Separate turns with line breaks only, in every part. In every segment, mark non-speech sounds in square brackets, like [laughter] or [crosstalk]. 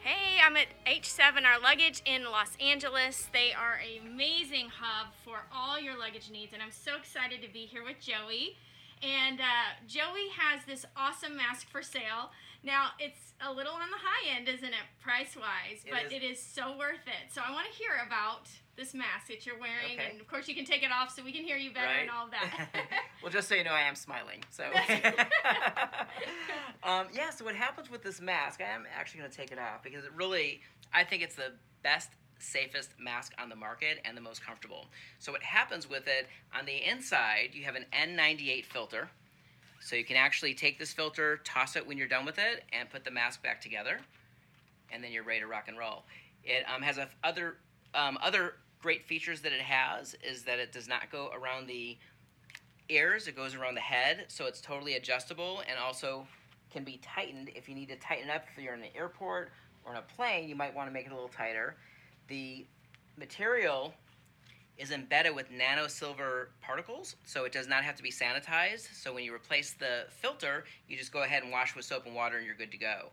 Hey, I'm at H7 Our Luggage in Los Angeles. They are an amazing hub for all your luggage needs, and I'm so excited to be here with Joey. And uh, Joey has this awesome mask for sale. Now, it's a little on the high end, isn't it, price wise,
It
but
is.
it is so worth it. So, I want to hear about this mask that you're wearing,
Okay.
and of course, you can take it off so we can hear you better and all of that.
[laughs]
[laughs]
well, just so you know, I am smiling. So, [laughs] um, yeah. So what happens with this mask? I am actually going to take it off because it really, I think it's the best, safest mask on the market and the most comfortable. So what happens with it? On the inside, you have an N98 filter. So you can actually take this filter, toss it when you're done with it, and put the mask back together, and then you're ready to rock and roll. It um, has a f- other um, other great features that it has is that it does not go around the ears. It goes around the head, so it's totally adjustable and also can be tightened if you need to tighten up. If you're in an airport or on a plane, you might want to make it a little tighter. The material is embedded with nano silver particles, so it does not have to be sanitized. So when you replace the filter, you just go ahead and wash with soap and water, and you're good to go.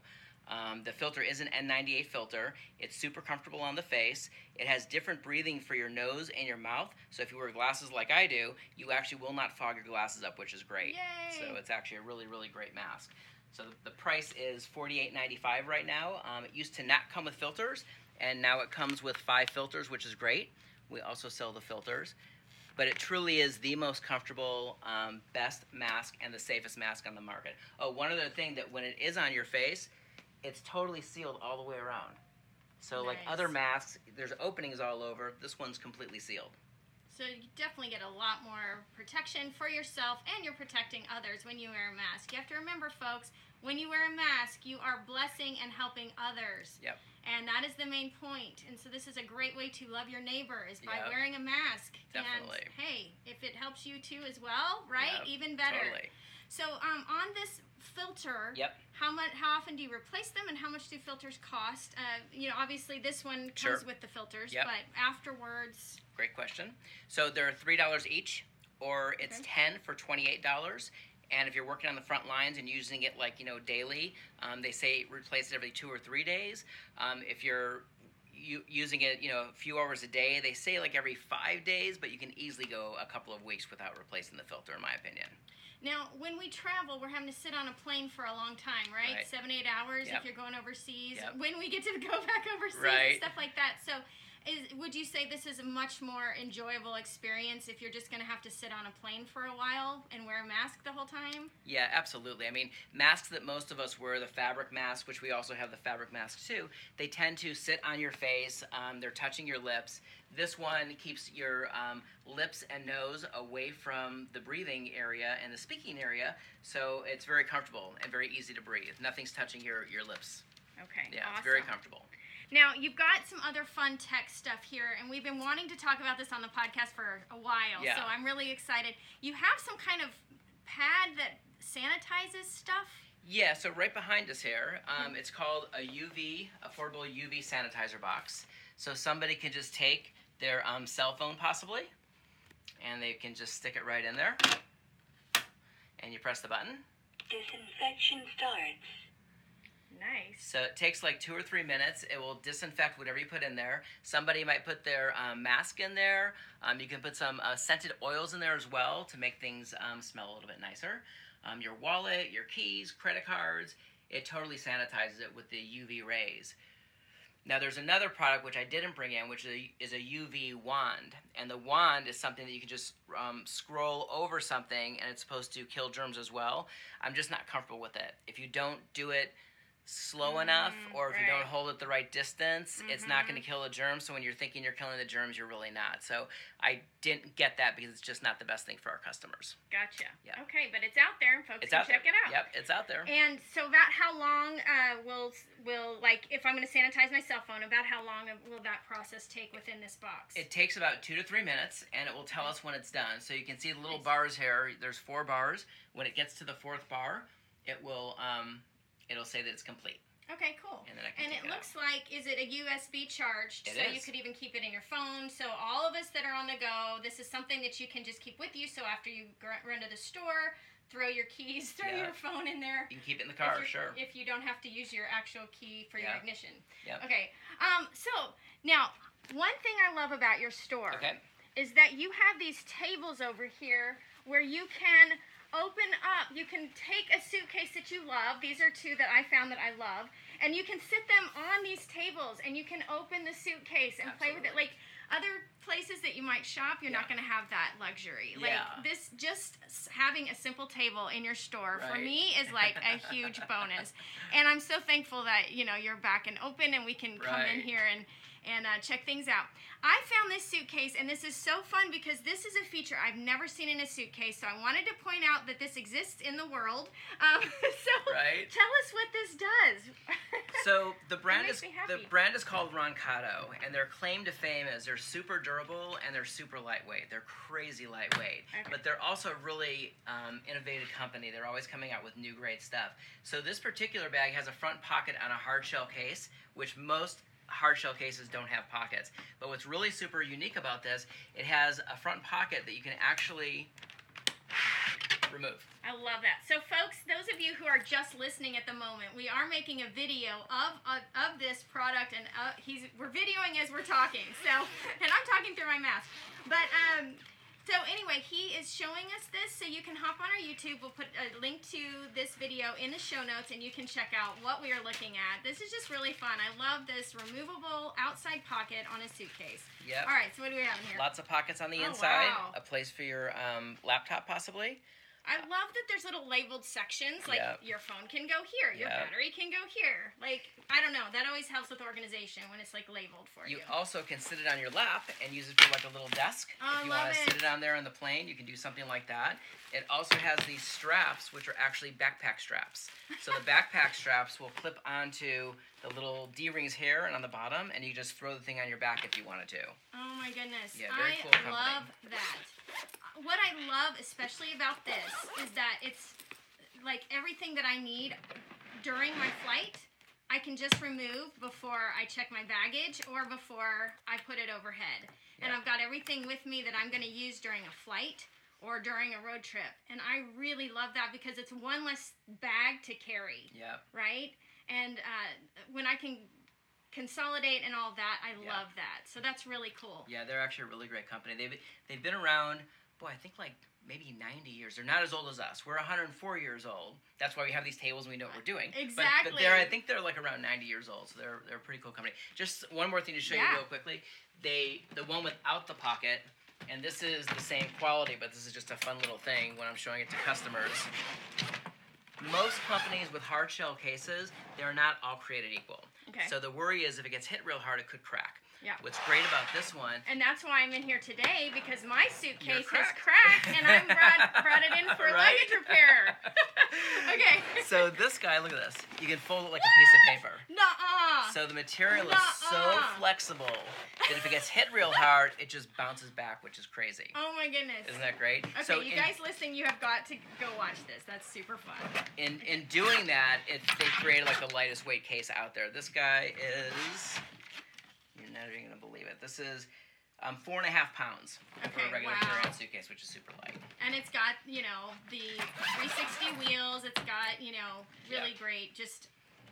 Um, the filter is an N98 filter. It's super comfortable on the face. It has different breathing for your nose and your mouth. So if you wear glasses like I do, you actually will not fog your glasses up, which is great.
Yay.
So it's actually a really, really great mask. So the, the price is $48.95 right now. Um, it used to not come with filters, and now it comes with five filters, which is great. We also sell the filters. But it truly is the most comfortable, um, best mask, and the safest mask on the market. Oh, one other thing that when it is on your face, it's totally sealed all the way around. So, like
Nice.
other masks, there's openings all over. This one's completely sealed.
So you definitely get a lot more protection for yourself and you're protecting others when you wear a mask. You have to remember folks, when you wear a mask, you are blessing and helping others.
Yep.
And that is the main point. And so this is a great way to love your neighbor is by
Yep.
wearing a mask.
Definitely.
And hey, if it helps you too as well, right?
Yep,
Even better.
Totally.
So um, on this filter,
Yep.
how much? How often do you replace them, and how much do filters cost? Uh, you know, obviously this one comes
Sure.
with the filters,
Yep.
but afterwards,
Great question. So they're three dollars each, or it's
Okay.
ten for twenty-eight dollars. And if you're working on the front lines and using it like you know daily, um, they say replace it every two or three days. Um, if you're u- using it, you know, a few hours a day, they say like every five days, but you can easily go a couple of weeks without replacing the filter, in my opinion.
Now, when we travel, we're having to sit on a plane for a long time, right?
Right.
Seven, eight hours
Yep.
if you're going overseas.
Yep.
When we get to go [laughs] back overseas
Right.
and stuff like that. So, is, would you say this is a much more enjoyable experience if you're just going to have to sit on a plane for a while and wear a mask the whole time?
Yeah, absolutely. I mean, masks that most of us wear, the fabric masks, which we also have the fabric masks too, they tend to sit on your face. Um, they're touching your lips. This one keeps your um, lips and nose away from the breathing area and the speaking area, so it's very comfortable and very easy to breathe. Nothing's touching your, your lips.
Okay.
Yeah,
awesome.
it's very comfortable.
Now, you've got some other fun tech stuff here, and we've been wanting to talk about this on the podcast for a while,
Yeah.
so I'm really excited. You have some kind of pad that sanitizes stuff.
Yeah, so right behind us here, um, it's called a UV, affordable UV sanitizer box. So somebody can just take their um, cell phone possibly, and they can just stick it right in there. And you press the button.
Disinfection starts.
Nice.
So it takes like two or three minutes. It will disinfect whatever you put in there. Somebody might put their um, mask in there. Um, you can put some uh, scented oils in there as well to make things um, smell a little bit nicer. Um, your wallet, your keys, credit cards, it totally sanitizes it with the UV rays. Now there's another product which I didn't bring in, which is a, is a UV wand, and the wand is something that you can just um, scroll over something, and it's supposed to kill germs as well. I'm just not comfortable with it. If you don't do it slow enough or if you
right.
don't hold it the right distance it's not going to kill the germs so when you're thinking you're killing the germs you're really not so i didn't get that because it's just not the best thing for our customers
Gotcha.
Yeah.
Okay, but it's out there and folks
it's
can
out
check
there
it out.
yep it's out there
And so about how long uh, will will like if I'm going to sanitize my cell phone, about how long will that process take within this box?
It takes about two to three minutes, and it will tell us when it's done. So you can see the little bars here. There's four bars. When it gets to the fourth bar, it will um, it'll say that it's complete.
okay, cool.
And then I can
it
take it
looks like is it a USB charged?
It
so you
is.
could even keep it in your phone. So all of us that are on the go, this is something that you can just keep with you. So after you gr- run to the store, throw your keys, [laughs] throw
Yeah.
your phone in there.
You can keep it in the
If
car,
you're-
sure.
If you don't have to use your actual key for your
Yeah.
ignition.
Yep.
Okay. Um, so now one thing I love about your store.
Okay.
is that you have these tables over here where you can open up. You can take a suitcase that you love. These are two that I found that I love. And you can sit them on these tables and you can open the suitcase and play with it. Like other places that you might shop, you're not
Yeah.
going to have that luxury.
Yeah.
Like this, just s- having a simple table in your store for
Right.
me is like a huge
[laughs]
bonus. And I'm so thankful that, you know, you're back and open and we can come in
Right.
here and and uh, check things out. I found this suitcase, and this is so fun because this is a feature I've never seen in a suitcase. So I wanted to point out that this exists in the world. Um, [laughs] so
Right.
tell us what this does. [laughs]
So the brand
makes
is
me happy.
the brand is called Roncato, and their claim to fame is they're super durable and they're super lightweight. They're crazy lightweight,
Okay.
but they're also a really um, innovative company. They're always coming out with new great stuff. So this particular bag has a front pocket on a hard shell case, which most hard shell cases don't have pockets. But what's really super unique about this, it has a front pocket that you can actually remove.
I love that. So, folks, those of you who are just listening at the moment, we are making a video of of, of this product, and uh, he's we're videoing as we're talking. So, [laughs] and I'm talking through my mask, but um. So anyway, he is showing us this, so you can hop on our YouTube. We'll put a link to this video in the show notes, and you can check out what we are looking at. This is just really fun. I love this removable outside pocket on a suitcase.
Yep.
All right, so what do we have in here?
Lots of pockets on the
Oh,
inside,
wow.
a place for your um, laptop possibly.
I love that there's little labeled sections. Like
Yep.
your phone can go here, your
Yep.
battery can go here. Like I don't know. That always helps with organization when it's like labeled for
You
you.
also can sit it on your lap and use it for like a little desk.
Oh,
if you
I love
want to
it.
sit it on there on the plane, you can do something like that. It also has these straps, which are actually backpack straps. So
[laughs]
the backpack straps will clip onto the little D rings here and on the bottom, and you just throw the thing on your back if you wanted to.
Oh my goodness.
Yeah, very
I
cool company.
love that. What I love especially about this is that it's like everything that I need during my flight, I can just remove before I check my baggage or before I put it overhead. And
Yeah.
I've got everything with me that I'm going to use during a flight or during a road trip. And I really love that because it's one less bag to carry
Yep.
right? And uh, when I can consolidate and all that, I
Yeah.
love that. So that's really cool.
Yeah, they're actually a really great company. They've they've been around, boy, I think like maybe 90 years. They're not as old as us. We're 104 years old. That's why we have these tables and we know what we're doing. But- But,
Exactly.
they're I think they're like around 90 years old. So they're they're a pretty cool company. Just one more thing to show
Yeah.
you real quickly. They the one without the pocket and this is the same quality, but this is just a fun little thing when I'm showing it to customers. Most companies with hard shell cases, they're not all created equal.
Okay.
So the worry is if it gets hit real hard, it could crack.
Yeah.
What's great about this one
And that's why I'm in here today because my suitcase has
cracked.
cracked and I
[laughs]
brought, brought it in for
Right?
luggage
[laughs]
repair. okay.
So this guy, look at this. You can fold it like a piece of paper.
Nuh-uh.
So the material is so
Nuh-uh.
flexible that if it gets hit real hard, it just bounces back, which is crazy.
oh my goodness.
Isn't that great?
Okay,
so
you
in,
guys listening, you have got to go watch this. That's super fun.
in in doing that, it, they created like the lightest weight case out there. This guy is you're not even gonna believe it. This is um, four and a half pounds for
Okay,
a regular
wow.
carry-on suitcase, which is super light.
And it's got, you know, the 360 wheels. It's got, you know, really
Yeah.
great, just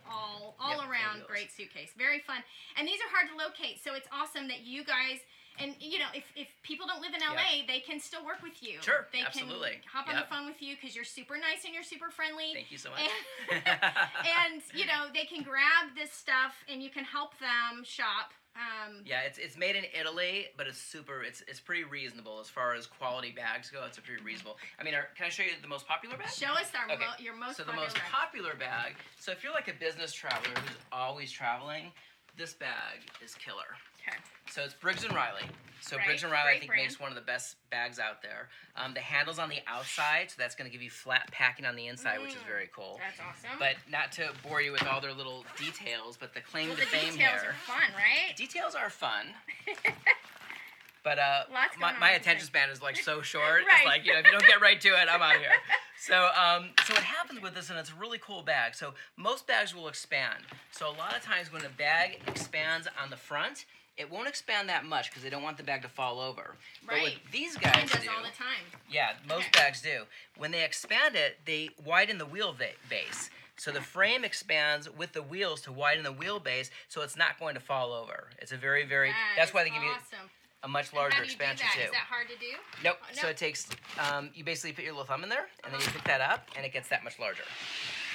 all all
Yep,
around
four wheels.
great suitcase. Very fun. And these are hard to locate, so it's awesome that you guys and you know, if, if people don't live in LA, they can still work with you.
Sure,
they
absolutely.
can hop on
Yep.
the phone with you because you're super nice and you're super friendly.
Thank you [laughs] so much.
And- and you know they can grab this stuff and you can help them shop Um,
Yeah, it's it's made in Italy, but it's super. It's it's pretty reasonable as far as quality bags go. It's a pretty reasonable. I mean, our, can I show you the most popular bag?
Show us our
Okay,
mo- your most
so the
popular.
most popular bag. So if you're like a business traveler who's always traveling, this bag is killer.
okay.
So it's Briggs and Riley. So
Right,
Briggs and Riley, I
great
think,
brand.
makes one of the best bags out there. Um, the handle's on the outside, so that's going to give you flat packing on the inside, which
Mm.
is very cool.
That's awesome.
But not to bore you with all their little details, but the claim
well,
to
the
fame
details
here.
are fun, right?
Details are
[laughs]
fun. But uh,
Lots
my,
going on
my
with the
attention
thing.
span is like
[laughs]
so short. It's
Right.
like you know, if you don't get right to it, I'm out
[laughs]
of here. So um, so what happens with this, and it's a really cool bag. So most bags will expand. So a lot of times when a bag expands on the front, it won't expand that much because they don't want the bag to fall over. But what
Right.
these
Mine
guys
does
do,
all the time.
yeah, most
Okay.
bags do. When they expand it, they widen the wheel va- base. So the frame expands with the wheels to widen the wheelbase, so it's not going to fall over. It's a very, very.
That
that's
is
why they give you
awesome.
a much
And how do
larger
you do
expansion
that?
too.
Is that hard to do?
nope.
Oh,
So it takes. Um, you basically put your little thumb in there, and then you pick that up, and it gets that much larger.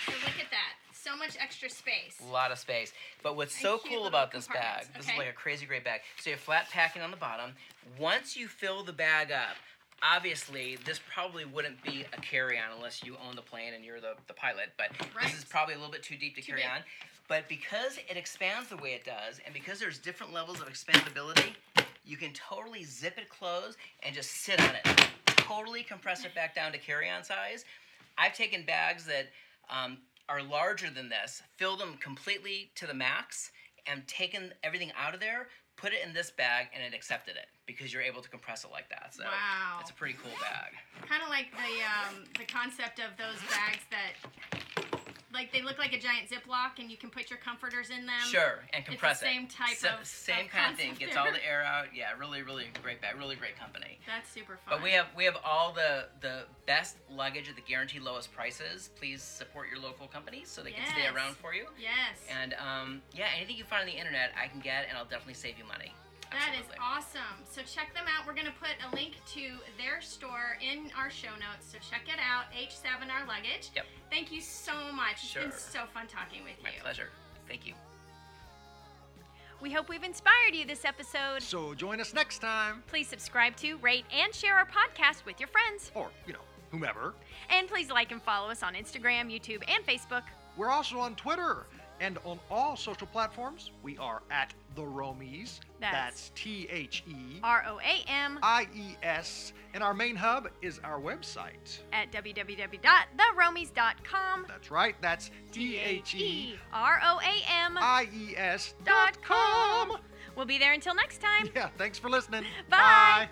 So look at that. So much extra space.
A lot of space. But what's
And
so
cute
cool
little
about this bag,
compartments,
this is
okay.
like a crazy great bag. So you're flat packing on the bottom. Once you fill the bag up, obviously this probably wouldn't be a carry-on unless you own the plane and you're the, the pilot, but
Right.
this is probably a little bit too deep to
Too
carry
big.
on. But because it expands the way it does, and because there's different levels of expandability, you can totally zip it closed and just sit on it. Totally compress it back down to carry-on size. I've taken bags that um, are larger than this, fill them completely to the max, and taken everything out of there, put it in this bag, and it accepted it because you're able to compress it like that. So
Wow.
it's a pretty cool bag.
Kind of like the um, the concept of those bags that, like they look like a giant Ziploc, and you can put your comforters in them.
sure, and
Um, the
compress it.
same type
So-
of-
same
of
kind of thing.
concept
Gets all
there.
the air out. Yeah, really, really great bag. Really great company.
That's super fun.
But we have we have all the the best luggage at the guaranteed lowest prices. Please support your local companies so they can stay
Yes.
around for you.
Yes.
And um, yeah, anything you find on the internet, I can get, and I'll definitely save you money.
That is
Absolutely.
awesome. So check them out. We're going to put a link to their store in our show notes. So check it out. H7 Our Luggage.
Yep.
Thank you so much. It's
Sure.
been so fun talking with
My
you.
pleasure. Thank you.
We hope we've inspired you this episode.
So join us next time,
Please subscribe to, rate, and share our podcast with your friends.
or, you know, whomever.
And please like and follow us on Instagram, YouTube, and Facebook.
We're also on Twitter and on all social platforms. We are at The Romies.
That's-
That's T H E
R O A M
I E S. And our main hub is our website.
at www.theromies.com.
That's right, that's T H E
R O A M
I E S
E dot com. We'll be there until next time.
Yeah, thanks for listening.
Bye.